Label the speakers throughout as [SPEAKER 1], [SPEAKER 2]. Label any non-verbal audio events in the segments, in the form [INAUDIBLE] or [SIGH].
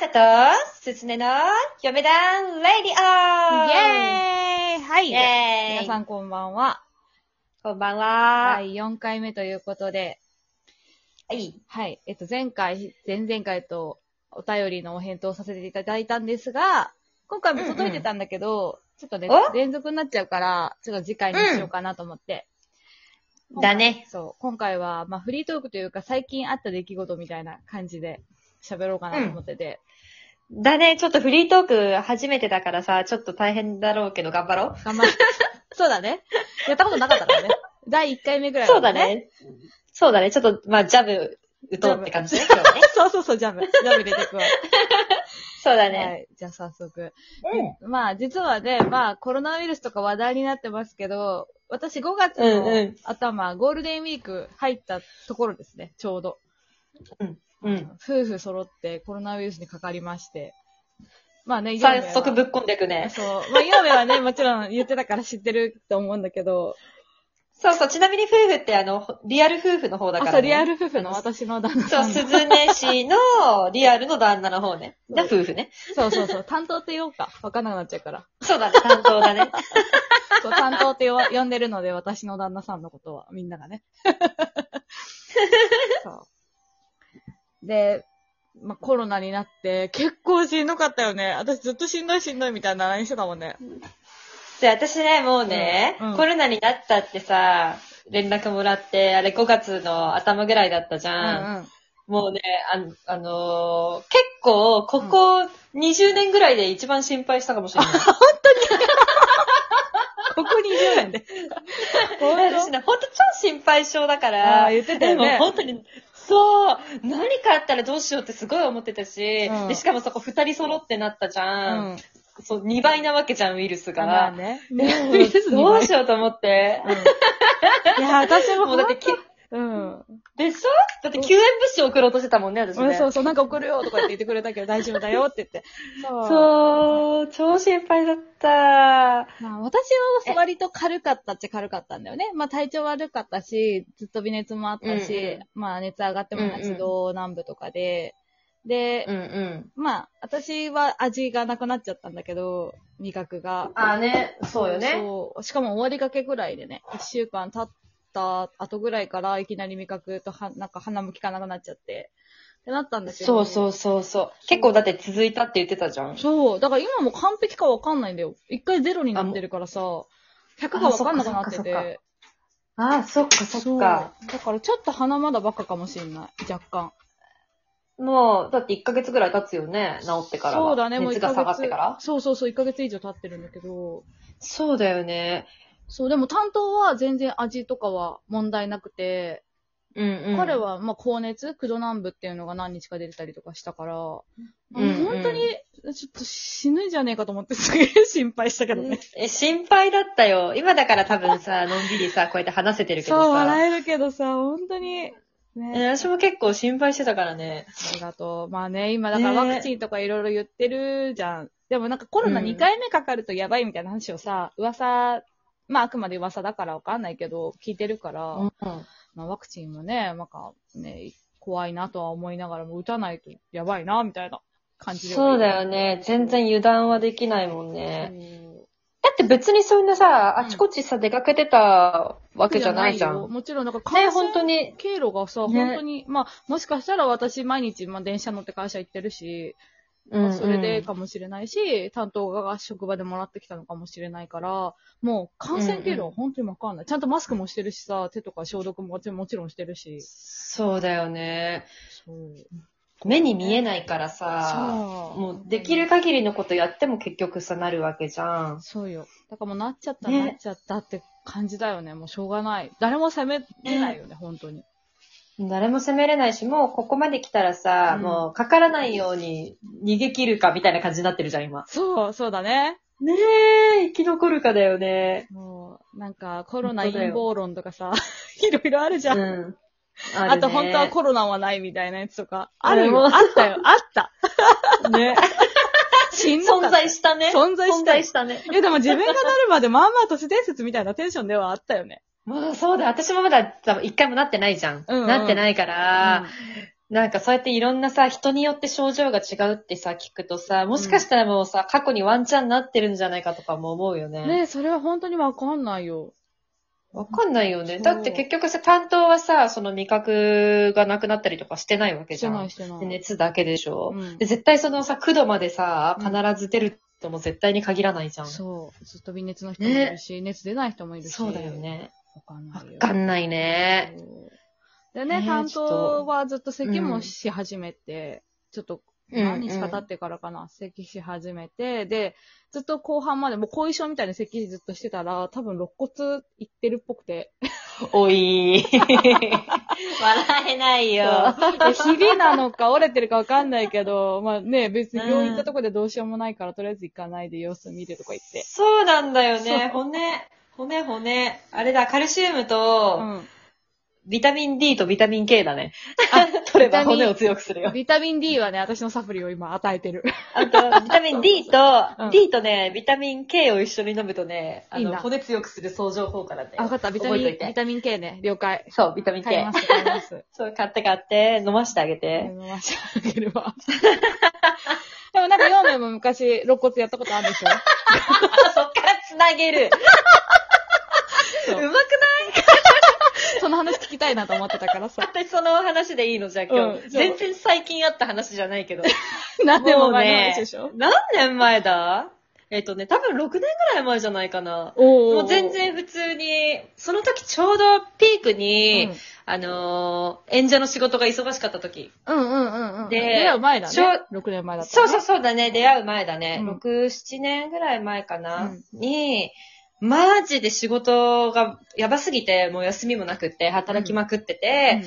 [SPEAKER 1] さと、すすねの、嫁団、レディオ
[SPEAKER 2] イェーイは
[SPEAKER 1] イェ
[SPEAKER 2] い。
[SPEAKER 1] ーイ
[SPEAKER 2] 皆さんこんばんは。
[SPEAKER 1] こんばんは。
[SPEAKER 2] 第4回目ということで、
[SPEAKER 1] はい。
[SPEAKER 2] はい。えっと、前回、前々回とお便りのお返答をさせていただいたんですが、今回も届いてたんだけど、ちょっとね
[SPEAKER 1] お、
[SPEAKER 2] 連続になっちゃうから、ちょっと次回にしようかなと思って。
[SPEAKER 1] うんだね
[SPEAKER 2] 今回。そう。今回は、まあ、フリートークというか、最近あった出来事みたいな感じで喋ろうかなと思ってて、
[SPEAKER 1] だね、ちょっとフリートーク初めてだからさ、ちょっと大変だろうけど頑張ろう。
[SPEAKER 2] 頑
[SPEAKER 1] [LAUGHS]
[SPEAKER 2] 張って。そうだね。やったことなかったからね。第1回目ぐらい
[SPEAKER 1] そう
[SPEAKER 2] から
[SPEAKER 1] だ。ね。そうだね、ちょっと、まあ、ジャブ、打とうって感じだね、今日ね。
[SPEAKER 2] [LAUGHS] そうそうそう、ジャム。ジャム入れてくわ。
[SPEAKER 1] そうだ
[SPEAKER 2] は
[SPEAKER 1] ね。
[SPEAKER 2] い。じゃあ早速。
[SPEAKER 1] うん。
[SPEAKER 2] まあ、実はね、まあ、コロナウイルスとか話題になってますけど、私5月
[SPEAKER 1] うんう
[SPEAKER 2] の
[SPEAKER 1] ん
[SPEAKER 2] 頭、ゴールデンウィーク入ったところですね、ちょうど。
[SPEAKER 1] うん。
[SPEAKER 2] 夫婦揃ってコロナウイルスにかかりまして。まあね、
[SPEAKER 1] 早速ぶ
[SPEAKER 2] ぶ
[SPEAKER 1] っこんでいくね。
[SPEAKER 2] そう。まあ、ヨーベはね、もちろん言ってたから知ってると思うんだけど、
[SPEAKER 1] そうそう、ちなみに夫婦ってあの、リアル夫婦の方だから、ね。
[SPEAKER 2] あ、そう、リアル夫婦の
[SPEAKER 1] あの
[SPEAKER 2] 私の旦那
[SPEAKER 1] そ
[SPEAKER 2] さ
[SPEAKER 1] う、
[SPEAKER 2] んの。
[SPEAKER 1] 鈴音氏のリアルの旦那の方ね。だ、夫婦ね。
[SPEAKER 2] そうそうそう、担当って言おうか。わかんなくなっちゃうから。
[SPEAKER 1] そうだね、担当だね。
[SPEAKER 2] そう、担当って呼ば呼んでるので、私の旦那さんのことは、みんながね。そう。で、まあ、コロナになって、結構しんどかったよね。私ずっとしんどいしんどいみたいな LINE してたもんね。
[SPEAKER 1] で、私ね、もうね、
[SPEAKER 2] うんうん
[SPEAKER 1] コロナになったってさ、連絡もらって、あれ5月の頭ぐらいだったじ
[SPEAKER 2] う
[SPEAKER 1] ゃん。
[SPEAKER 2] んうん。
[SPEAKER 1] もうね、あの、あのー結構、ここ20年ぐらいで一番心配したかも
[SPEAKER 2] [LAUGHS]
[SPEAKER 1] しれない。
[SPEAKER 2] ここ20年で。
[SPEAKER 1] 私ね、ほんと超心配性だか
[SPEAKER 2] あ
[SPEAKER 1] ら
[SPEAKER 2] あ、、言ってた
[SPEAKER 1] で
[SPEAKER 2] よ
[SPEAKER 1] も
[SPEAKER 2] ね。
[SPEAKER 1] 本当に、そう、何かあったらどうしようってすごい思ってたし、
[SPEAKER 2] うん
[SPEAKER 1] でしかもそこ二人揃ってなったじ
[SPEAKER 2] う
[SPEAKER 1] ゃん。
[SPEAKER 2] ん。
[SPEAKER 1] そう、2倍なわけじゃん、ウイルス
[SPEAKER 2] まあ
[SPEAKER 1] が。
[SPEAKER 2] ね。
[SPEAKER 1] で [LAUGHS] どうしようと思って。
[SPEAKER 2] うんいや、私も
[SPEAKER 1] もうだって
[SPEAKER 2] 本
[SPEAKER 1] き、
[SPEAKER 2] 当、うん。
[SPEAKER 1] でしょだって救援物資送ろうとしてたもんね、私
[SPEAKER 2] うん、
[SPEAKER 1] ね。
[SPEAKER 2] そうそう、なんか送るよとかって言ってくれたけど大丈夫だよって言って。そう
[SPEAKER 1] そう、超心配だった。
[SPEAKER 2] まあ、私は割と軽かったっちゃ軽かったんだよね。まあ、体調悪かったし、ずっと微熱もあったし、
[SPEAKER 1] うん
[SPEAKER 2] まあ、熱上がっても
[SPEAKER 1] うんう
[SPEAKER 2] 8
[SPEAKER 1] ん
[SPEAKER 2] 度南部とかで、で、
[SPEAKER 1] んうん。
[SPEAKER 2] まあ、私は味がなくなっちゃったんだけど、味覚が。
[SPEAKER 1] ああね、そうよね。
[SPEAKER 2] そう。しかも終わりかけぐらいでね、1週間経った後ぐらいから、いきなり味覚とは、なんか鼻も効かなくなっちゃって、ってなったんだけ
[SPEAKER 1] そ
[SPEAKER 2] ど。
[SPEAKER 1] うそうそうそう。結構だって続いたって言ってたじゃん。
[SPEAKER 2] そう。だから今も完璧かわかんないんだよ。一回ゼロになってるからさ、100がわかんなくなって
[SPEAKER 1] あそっかそっかそああ、そっか
[SPEAKER 2] て。
[SPEAKER 1] そっか。
[SPEAKER 2] そう。だからちょっと鼻まだバカかもしんない。若干。
[SPEAKER 1] もう、だって1ヶ月ぐらい経つよね、治ってからは。
[SPEAKER 2] そうだね、もう1
[SPEAKER 1] 熱
[SPEAKER 2] ヶ
[SPEAKER 1] が
[SPEAKER 2] 月。
[SPEAKER 1] 下がってから。
[SPEAKER 2] そうそうそう、1ヶ月以上経ってるんだけど。
[SPEAKER 1] そうだよね。
[SPEAKER 2] そう、でも担当は全然味とかは問題なくて、
[SPEAKER 1] うんうん。
[SPEAKER 2] 彼、はまあ高熱、九度南部っていうのが何日か出てたりとかしたから、
[SPEAKER 1] うんうん
[SPEAKER 2] 本当に、ちょっと死ぬんじゃねえかと思ってすげえ心配したけどね。
[SPEAKER 1] え、心配だったよ。今だから多分さ、のんびりさ、こうやって話せてるけどさ。
[SPEAKER 2] そう、笑えるけどさ、本当に。ね
[SPEAKER 1] え私も結構心配してたからね。
[SPEAKER 2] ありがとう。まあね、今だから
[SPEAKER 1] ね
[SPEAKER 2] ワクチンとかいろいろ言ってるじゃん。でもなんかコロナ
[SPEAKER 1] うん
[SPEAKER 2] 2回目かかるとやばいみたいな話をさ、噂、まああくまで噂だからわかんないけど、聞いてるから、
[SPEAKER 1] うん。
[SPEAKER 2] まあワクチンもね、なんかね、怖いなとは思いながらも打たないとやばいな、みたいな感じでは
[SPEAKER 1] そ
[SPEAKER 2] いうる
[SPEAKER 1] だよね。全然油断はできないもん
[SPEAKER 2] そう
[SPEAKER 1] ね。だって別にそんなさ、あちこちさ、出かけてたわけじゃないじゃん。
[SPEAKER 2] よ
[SPEAKER 1] ね、
[SPEAKER 2] もちろんなんか感染
[SPEAKER 1] 本当に。
[SPEAKER 2] 経路がさ、
[SPEAKER 1] ね
[SPEAKER 2] 本当に、まあもしかしたら私毎日、まあ電車乗って会社行ってるし、
[SPEAKER 1] うん
[SPEAKER 2] それでかもしれないし、担当が職場でもらってきたのかもしれないから、もう感染経路は本当にわかんない。ちゃんとマスクもしてるしさ、手とか消毒ももちろんしてるし。
[SPEAKER 1] そうだよね。
[SPEAKER 2] そう。
[SPEAKER 1] 目に見えないからさ、
[SPEAKER 2] そう
[SPEAKER 1] もうできる限りのことやっても結局さ、なるわけじゃん。
[SPEAKER 2] そうよ。だからもうなっちゃった、
[SPEAKER 1] ね
[SPEAKER 2] なっちゃったって感じだよね。もうしょうがない。誰も責めれないよね、本当に。
[SPEAKER 1] 誰も責めれないし、もうここまで来たらさ、
[SPEAKER 2] うん
[SPEAKER 1] もうかからないように逃げ切るかみたいな感じになってるじゃん、今。
[SPEAKER 2] そう、そうだね。
[SPEAKER 1] ねえ、生き残るかだよね。
[SPEAKER 2] もう、なんかコロナ
[SPEAKER 1] 本当だよ
[SPEAKER 2] 陰謀論とかさ、 [LAUGHS] いろいろあるじ
[SPEAKER 1] う
[SPEAKER 2] ゃん。
[SPEAKER 1] ん。
[SPEAKER 2] あ
[SPEAKER 1] あ
[SPEAKER 2] と本当はコロナはないみたいなやつとか。あるよ。
[SPEAKER 1] う
[SPEAKER 2] あ
[SPEAKER 1] ん
[SPEAKER 2] ったよ。あった。 [LAUGHS]
[SPEAKER 1] れね。
[SPEAKER 2] しんど
[SPEAKER 1] 存
[SPEAKER 2] かった
[SPEAKER 1] 在したね。
[SPEAKER 2] 存在したよ
[SPEAKER 1] ね。
[SPEAKER 2] いや、でも自分がなるまで、まあまあ都市伝説みたいなテンションではあったよね。
[SPEAKER 1] もうそうだ、私もまだ多分一回もなってないじゃん。
[SPEAKER 2] うんうん
[SPEAKER 1] なってないから、なんかそうやっていろんなさ、人によって症状が違うってさ、聞くとさ、もしかしたらもうさ、過去にワンチャンなってるんじゃないかとかも思うよね。
[SPEAKER 2] ねえそれは本当にわかんないよ。
[SPEAKER 1] わかんないよね。
[SPEAKER 2] そう
[SPEAKER 1] だって結局さ、担当はさ、その味覚がなくなったりとかしてないわけ
[SPEAKER 2] し
[SPEAKER 1] じ
[SPEAKER 2] て
[SPEAKER 1] ゃ
[SPEAKER 2] ない
[SPEAKER 1] ん。
[SPEAKER 2] してな
[SPEAKER 1] で
[SPEAKER 2] い。
[SPEAKER 1] 熱だけでしょ、
[SPEAKER 2] うん
[SPEAKER 1] で、絶対そのさ、苦度までさ、
[SPEAKER 2] うん
[SPEAKER 1] 必ず出るとも絶対に限らないじゃん。
[SPEAKER 2] そう。ずっと微熱の人もいるし、熱出ない人もいるし。
[SPEAKER 1] そうだよ。ね。
[SPEAKER 2] わかんな
[SPEAKER 1] わ
[SPEAKER 2] いよ。
[SPEAKER 1] かんないね。
[SPEAKER 2] そうで
[SPEAKER 1] ね
[SPEAKER 2] ね、
[SPEAKER 1] え
[SPEAKER 2] 担
[SPEAKER 1] ちょっと
[SPEAKER 2] 当はずっと咳
[SPEAKER 1] う
[SPEAKER 2] も
[SPEAKER 1] ん
[SPEAKER 2] し始めて、ちょっと
[SPEAKER 1] うん
[SPEAKER 2] 何日か経ってからかな、咳し始めて、で、ずっと後半まで、もう後遺症みたいな咳ずっとしてたら、多分肋骨いってるっぽくて。
[SPEAKER 1] おい [LAUGHS] 笑えない
[SPEAKER 2] い
[SPEAKER 1] よ。
[SPEAKER 2] や、ひびなのか折れてるかわかんないけど、まあね、別に病院行ったとこでどうしようもないから、とりあえず行かないで様子見るとか言って。
[SPEAKER 1] そうなんだよ
[SPEAKER 2] そう
[SPEAKER 1] ね。骨、骨、骨。あれだ、カルシウムと、
[SPEAKER 2] [LAUGHS] うん。
[SPEAKER 1] ビタミン D とビタミン K だね。 [LAUGHS] 取れば骨を強くするよ。
[SPEAKER 2] ビタミン D はね、私のサプリを今与えてる。
[SPEAKER 1] あと、ビタミン D
[SPEAKER 2] うん
[SPEAKER 1] と、D とね、ビタミン K を一緒に飲むとね、あ
[SPEAKER 2] いいん
[SPEAKER 1] の、
[SPEAKER 2] だ
[SPEAKER 1] 骨強くする相乗効果なんだ
[SPEAKER 2] あ、
[SPEAKER 1] よ。
[SPEAKER 2] わかった。ビタ
[SPEAKER 1] 覚え
[SPEAKER 2] ミ
[SPEAKER 1] と
[SPEAKER 2] ン
[SPEAKER 1] い、
[SPEAKER 2] ビ
[SPEAKER 1] て。
[SPEAKER 2] タミン K ね。了解。
[SPEAKER 1] そう、ビタミン
[SPEAKER 2] 買い
[SPEAKER 1] K
[SPEAKER 2] ま。す、買います。
[SPEAKER 1] そう、買って買って、飲ましてあげ
[SPEAKER 2] 飲
[SPEAKER 1] て。
[SPEAKER 2] ま [LAUGHS] せてあげれば。でもなんか、ヨーメンも昔、肋骨やったことあるで
[SPEAKER 1] [LAUGHS]
[SPEAKER 2] しょ
[SPEAKER 1] あ、そっから繋げ [LAUGHS] る。う
[SPEAKER 2] そう
[SPEAKER 1] まくない
[SPEAKER 2] その話聞きたいなと思ってたからさ。
[SPEAKER 1] 私その話でいいのじゃあ今日、
[SPEAKER 2] うん
[SPEAKER 1] 全然最近あった話じゃないけど。
[SPEAKER 2] 何 [LAUGHS] でも
[SPEAKER 1] もう
[SPEAKER 2] 前の
[SPEAKER 1] ね
[SPEAKER 2] 話でしょ
[SPEAKER 1] 何年前だえっ、とね、多分6年ぐらい前じゃないかな。
[SPEAKER 2] おー
[SPEAKER 1] もう全然普通に、その時ちょうどピークに、あのー演者の仕事が忙しかった時。
[SPEAKER 2] うんうんうんうん。
[SPEAKER 1] で
[SPEAKER 2] 出会う前だ
[SPEAKER 1] 小
[SPEAKER 2] ね。6年前だった
[SPEAKER 1] そ
[SPEAKER 2] ね。
[SPEAKER 1] うそうそうだね、出会う前だね。
[SPEAKER 2] うん
[SPEAKER 1] 6、7年ぐらい前かな。
[SPEAKER 2] うん
[SPEAKER 1] に、マジで仕事がやばすぎて、もう休みもなくって、働きまくってて、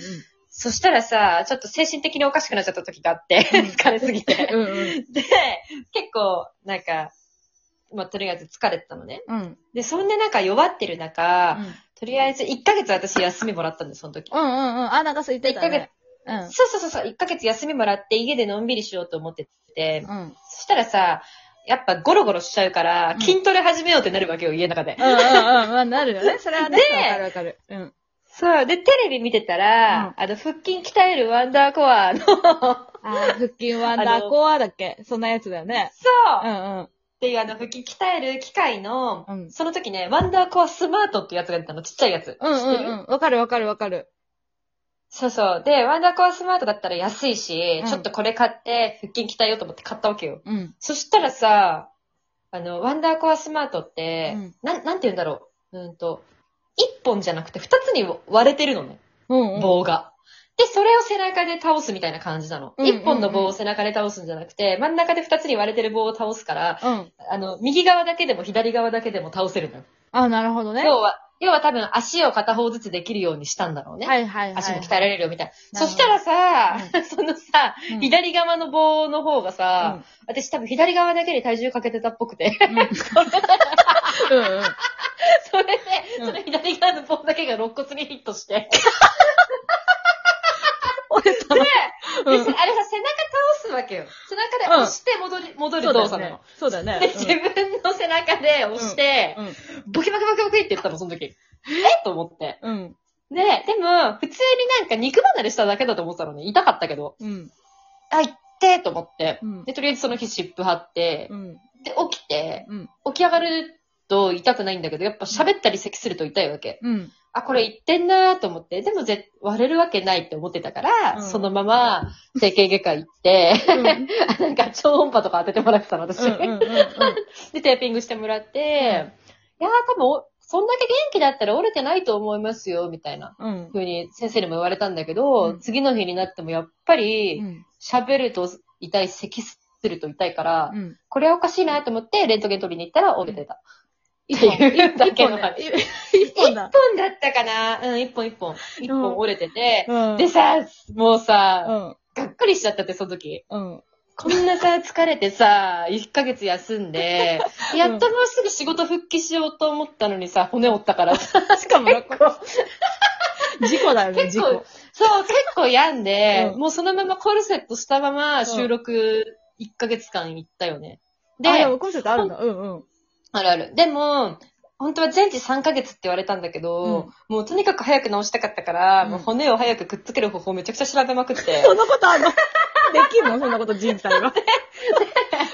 [SPEAKER 1] そしたらさ、ちょっと精神的におかしくなっちゃった時があって、
[SPEAKER 2] うん
[SPEAKER 1] 疲れすぎて。
[SPEAKER 2] うんうん。うん
[SPEAKER 1] で、結構、なんか、まあ、とりあえず疲れてたのね。
[SPEAKER 2] うん。うん
[SPEAKER 1] で、そんでなんか弱ってる中、とりあえず1ヶ月私休みもらったんです、その時。
[SPEAKER 2] うんうんうん。あ、なんかそう言ってたね。うん。
[SPEAKER 1] そうそうそうそう、1ヶ月休みもらって家でのんびりしようと思ってて、
[SPEAKER 2] うん。うん
[SPEAKER 1] そしたらさ、やっぱゴロゴロしちゃうから
[SPEAKER 2] うん、
[SPEAKER 1] 筋トレ始めようってなるわけよ、家の中で。
[SPEAKER 2] うんうんうん。まあ、なるよね。それはね。
[SPEAKER 1] [LAUGHS] で
[SPEAKER 2] わかるわかる。うん。
[SPEAKER 1] そう、で、テレビ見てたら、あの、腹筋鍛えるワンダーコアの、そ
[SPEAKER 2] あー、腹筋ワンダーコアだっけそんなやつだよね。
[SPEAKER 1] う、
[SPEAKER 2] う
[SPEAKER 1] っ
[SPEAKER 2] んうん。
[SPEAKER 1] ていうあの、腹筋鍛える機械の、
[SPEAKER 2] うん
[SPEAKER 1] その時ね、ワンダーコアスマートってやつが出たの、ちっちゃいやつ。
[SPEAKER 2] うんう
[SPEAKER 1] 知ってる
[SPEAKER 2] んうん。わかるわかるわかる。
[SPEAKER 1] そうそう。で、ワンダーコアスマートだったら安いし、
[SPEAKER 2] うん
[SPEAKER 1] ちょっとこれ買って、腹筋鍛えようと思って買ったわけよ。
[SPEAKER 2] うん。
[SPEAKER 1] そしたらさ、あの、ワンダーコアスマートって、
[SPEAKER 2] うん
[SPEAKER 1] なん、なんて言うんだろう。うんと、一本じゃなくて二つに割れてるのね、
[SPEAKER 2] うんうん。
[SPEAKER 1] 棒が。で、それを背中で倒すみたいな感じなの。
[SPEAKER 2] うん
[SPEAKER 1] 一、本の棒を背中で倒すんじゃなくて、真ん中で二つに割れてる棒を倒すから、
[SPEAKER 2] うん。
[SPEAKER 1] あの、右側だけでも左側だけでも倒せるのよ。
[SPEAKER 2] あ、なるほどね。
[SPEAKER 1] 要は、要は多分足を片方ずつできるようにしたんだろうね。
[SPEAKER 2] はいはいはい。
[SPEAKER 1] 足も鍛えられるよみたいな。
[SPEAKER 2] なるほど
[SPEAKER 1] そしたらさ、 [LAUGHS] そのさ、
[SPEAKER 2] うん
[SPEAKER 1] 左側の棒の方がさ、私多分左側だけで体重かけてたっぽく [LAUGHS] て、
[SPEAKER 2] うん。うん。うんうん
[SPEAKER 1] それで、
[SPEAKER 2] うん
[SPEAKER 1] その左側の棒だけが肋骨にヒットして、
[SPEAKER 2] 俺
[SPEAKER 1] で、であれ
[SPEAKER 2] う
[SPEAKER 1] さ、背
[SPEAKER 2] ん
[SPEAKER 1] 中倒すわけよ。背中で押して戻り、戻る動作なの。
[SPEAKER 2] そうだよね。
[SPEAKER 1] で、自分の背中で押して、
[SPEAKER 2] うん
[SPEAKER 1] ボキボキボキボキって言ったの、その時。えと思って。
[SPEAKER 2] うん。
[SPEAKER 1] で、でも、普通になんか肉離れしただけだと思ってたのね。痛かったけど。
[SPEAKER 2] うん。
[SPEAKER 1] あ、痛ってと思って
[SPEAKER 2] う。ん。
[SPEAKER 1] で、とりあえずその日湿布貼って
[SPEAKER 2] う、ん。
[SPEAKER 1] で、起きて、
[SPEAKER 2] うん
[SPEAKER 1] 起き上がると痛くないんだけど、やっぱ喋ったり咳すると痛いわけ。
[SPEAKER 2] うん。
[SPEAKER 1] あ、これ言ってんなーと思って、でもぜ割れるわけないって思ってたから、
[SPEAKER 2] うん
[SPEAKER 1] そのまま整形外科行って、 [LAUGHS]
[SPEAKER 2] うん。うん。
[SPEAKER 1] なんか超音波とか当ててもらってたの、私。
[SPEAKER 2] うん。
[SPEAKER 1] で、テーピングしてもらって、いやー多分お、そんだけ元気だったら折れてないと思いますよ、みたいな。
[SPEAKER 2] うん。
[SPEAKER 1] ふうに先生にも言われたんだけど、
[SPEAKER 2] うん
[SPEAKER 1] 次の日になってもやっぱり、喋ると痛い、咳すると痛いから、
[SPEAKER 2] うん。
[SPEAKER 1] これはおかしいなと思って、レントゲン取りに行ったら折れてた。
[SPEAKER 2] 一
[SPEAKER 1] っていうだけの話。
[SPEAKER 2] 一本だ
[SPEAKER 1] 一。本だったかなうん、一本一本。一本折れてて。
[SPEAKER 2] うん
[SPEAKER 1] でさ、もうさ、
[SPEAKER 2] うん。
[SPEAKER 1] がっかりしちゃったって、その時。
[SPEAKER 2] うん。
[SPEAKER 1] こんなさ、疲れてさ、1ヶ月休んで、やっともうすぐ仕事復帰しようと思ったのにさ、骨折ったからさ、
[SPEAKER 2] しかも、事故だよね、
[SPEAKER 1] 結
[SPEAKER 2] 事
[SPEAKER 1] 構
[SPEAKER 2] 故。、
[SPEAKER 1] そう、結構病んで、
[SPEAKER 2] うん
[SPEAKER 1] もうそのままコルセットしたまま収録1ヶ月間行ったよね。で、
[SPEAKER 2] あ、でもコンセプトあるんだ。うんうん。
[SPEAKER 1] あるある。でも、本当は全治3ヶ月って言われたんだけど、もうとにかく早く治したかったから、
[SPEAKER 2] うん
[SPEAKER 1] もう骨を早くくっつける方法めちゃくちゃ調べまくって。
[SPEAKER 2] そんなことあんのできんのそんなこと人体は。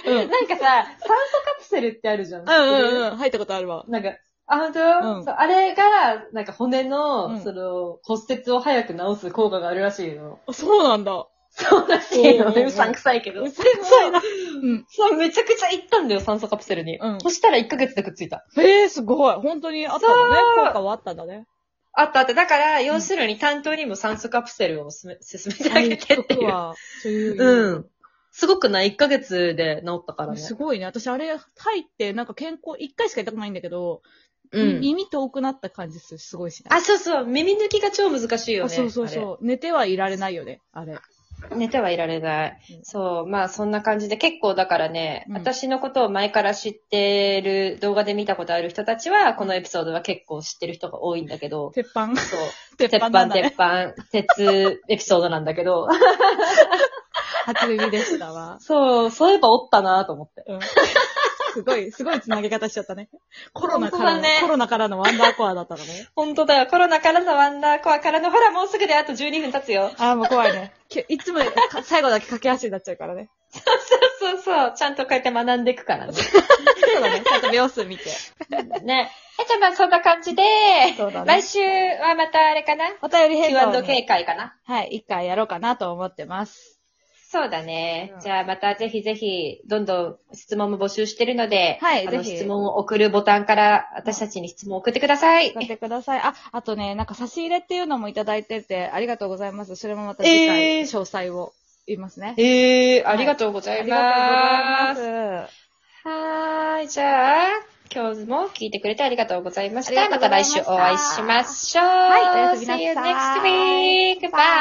[SPEAKER 2] うん。う
[SPEAKER 1] [LAUGHS]
[SPEAKER 2] ん
[SPEAKER 1] なんかさ、酸素カプセルってあるじゃん。
[SPEAKER 2] うんうん。入ったことあるわ。
[SPEAKER 1] なんか、あ、本当、
[SPEAKER 2] うん
[SPEAKER 1] そうあれが、なんか骨の、
[SPEAKER 2] うん
[SPEAKER 1] その、骨折を早く治す効果があるらしいの。
[SPEAKER 2] あそうなんだ。
[SPEAKER 1] そうらしいの。
[SPEAKER 2] うんうんうん
[SPEAKER 1] うさんくさいけど。
[SPEAKER 2] うさんくさいな。うん。
[SPEAKER 1] そう、めちゃくちゃ行ったんだよ、酸素カプセルに。
[SPEAKER 2] うん
[SPEAKER 1] そしたら1ヶ月でくっついた。
[SPEAKER 2] へえ、すごい。本当にあったんだ
[SPEAKER 1] そう
[SPEAKER 2] ね。効果はあったんだね。
[SPEAKER 1] あったあった。だから、要するに担当にも酸素カプセルをおすすめ、勧めてあげてって
[SPEAKER 2] 効
[SPEAKER 1] い
[SPEAKER 2] 果
[SPEAKER 1] う。
[SPEAKER 2] は、そういう。
[SPEAKER 1] うん。すごくない ?1 ヶ月で治ったからね。
[SPEAKER 2] すごいね。私、あれ、入って、なんか健康、一回しか痛くないんだけど、
[SPEAKER 1] うん。
[SPEAKER 2] 耳遠くなった感じする。すごいしない。
[SPEAKER 1] あ、そうそう。耳抜きが超難しいよ
[SPEAKER 2] あ
[SPEAKER 1] ね。
[SPEAKER 2] そうそう
[SPEAKER 1] あ
[SPEAKER 2] そう。寝てはいられないよね、あれ。
[SPEAKER 1] れ。寝てはいられない
[SPEAKER 2] うん。
[SPEAKER 1] そう。まあ、そんな感じで、結構だからね、
[SPEAKER 2] うん
[SPEAKER 1] 私のことを前から知ってる、動画で見たことある人たちは、このエピソードは結構知ってる人が多いんだけど、
[SPEAKER 2] 鉄板。
[SPEAKER 1] そう。
[SPEAKER 2] 鉄
[SPEAKER 1] 鉄
[SPEAKER 2] 板なん
[SPEAKER 1] 板、
[SPEAKER 2] だね。
[SPEAKER 1] 鉄板、鉄エピソードなんだけ
[SPEAKER 2] [LAUGHS]
[SPEAKER 1] ど、
[SPEAKER 2] 初耳でしたわ。
[SPEAKER 1] そう、そういえばおったなと思って。
[SPEAKER 2] うん。すごい、すごい繋げ方しちゃったね。コロナか
[SPEAKER 1] 本
[SPEAKER 2] ら、
[SPEAKER 1] 当だね
[SPEAKER 2] コロナからのワンダーコアだったのね。
[SPEAKER 1] 本当だよ。コロナからのワンダーコアからの、ほら、もうすぐであと12分経つ
[SPEAKER 2] [LAUGHS]
[SPEAKER 1] よ。
[SPEAKER 2] ああ、もう怖いね。きいつもよりか最後だけ駆け足になっちゃうからね。
[SPEAKER 1] そうそう、ちゃんとこうやって学んでいく
[SPEAKER 2] [LAUGHS]
[SPEAKER 1] からね。 [LAUGHS]
[SPEAKER 2] そうだね。ちゃんと秒数見て。
[SPEAKER 1] ね。え、じゃあまあそんな感じで、
[SPEAKER 2] [LAUGHS] そうだね
[SPEAKER 1] 来週はまたあれかな
[SPEAKER 2] お便り変化をね、
[SPEAKER 1] ?Q&K 会かな
[SPEAKER 2] はい、一回やろうかなと思ってます。
[SPEAKER 1] そうだね
[SPEAKER 2] う。ん
[SPEAKER 1] じゃあまたぜひぜひ、どんどん質問も募集してるので、
[SPEAKER 2] はい
[SPEAKER 1] あの
[SPEAKER 2] ぜひ
[SPEAKER 1] 質問を送るボタンから私たちに質問を送ってください。
[SPEAKER 2] 送ってください。あ、あとね、なんか差し入れっていうのもいただいてて、ありがとうございます。それもまた次
[SPEAKER 1] えー
[SPEAKER 2] 回、詳細を言いますね。
[SPEAKER 1] えー、ありがとうござ
[SPEAKER 2] あ
[SPEAKER 1] い
[SPEAKER 2] りが
[SPEAKER 1] ます
[SPEAKER 2] とう。ございます。
[SPEAKER 1] はーい、じゃあ、今日も聞いてくれてありがとうございまし
[SPEAKER 2] あ
[SPEAKER 1] た。
[SPEAKER 2] りが
[SPEAKER 1] ま
[SPEAKER 2] と
[SPEAKER 1] た
[SPEAKER 2] うございま
[SPEAKER 1] 来
[SPEAKER 2] し
[SPEAKER 1] 週
[SPEAKER 2] た
[SPEAKER 1] お会いしましょう。
[SPEAKER 2] はいおやすみなさい
[SPEAKER 1] See you next week. Bye.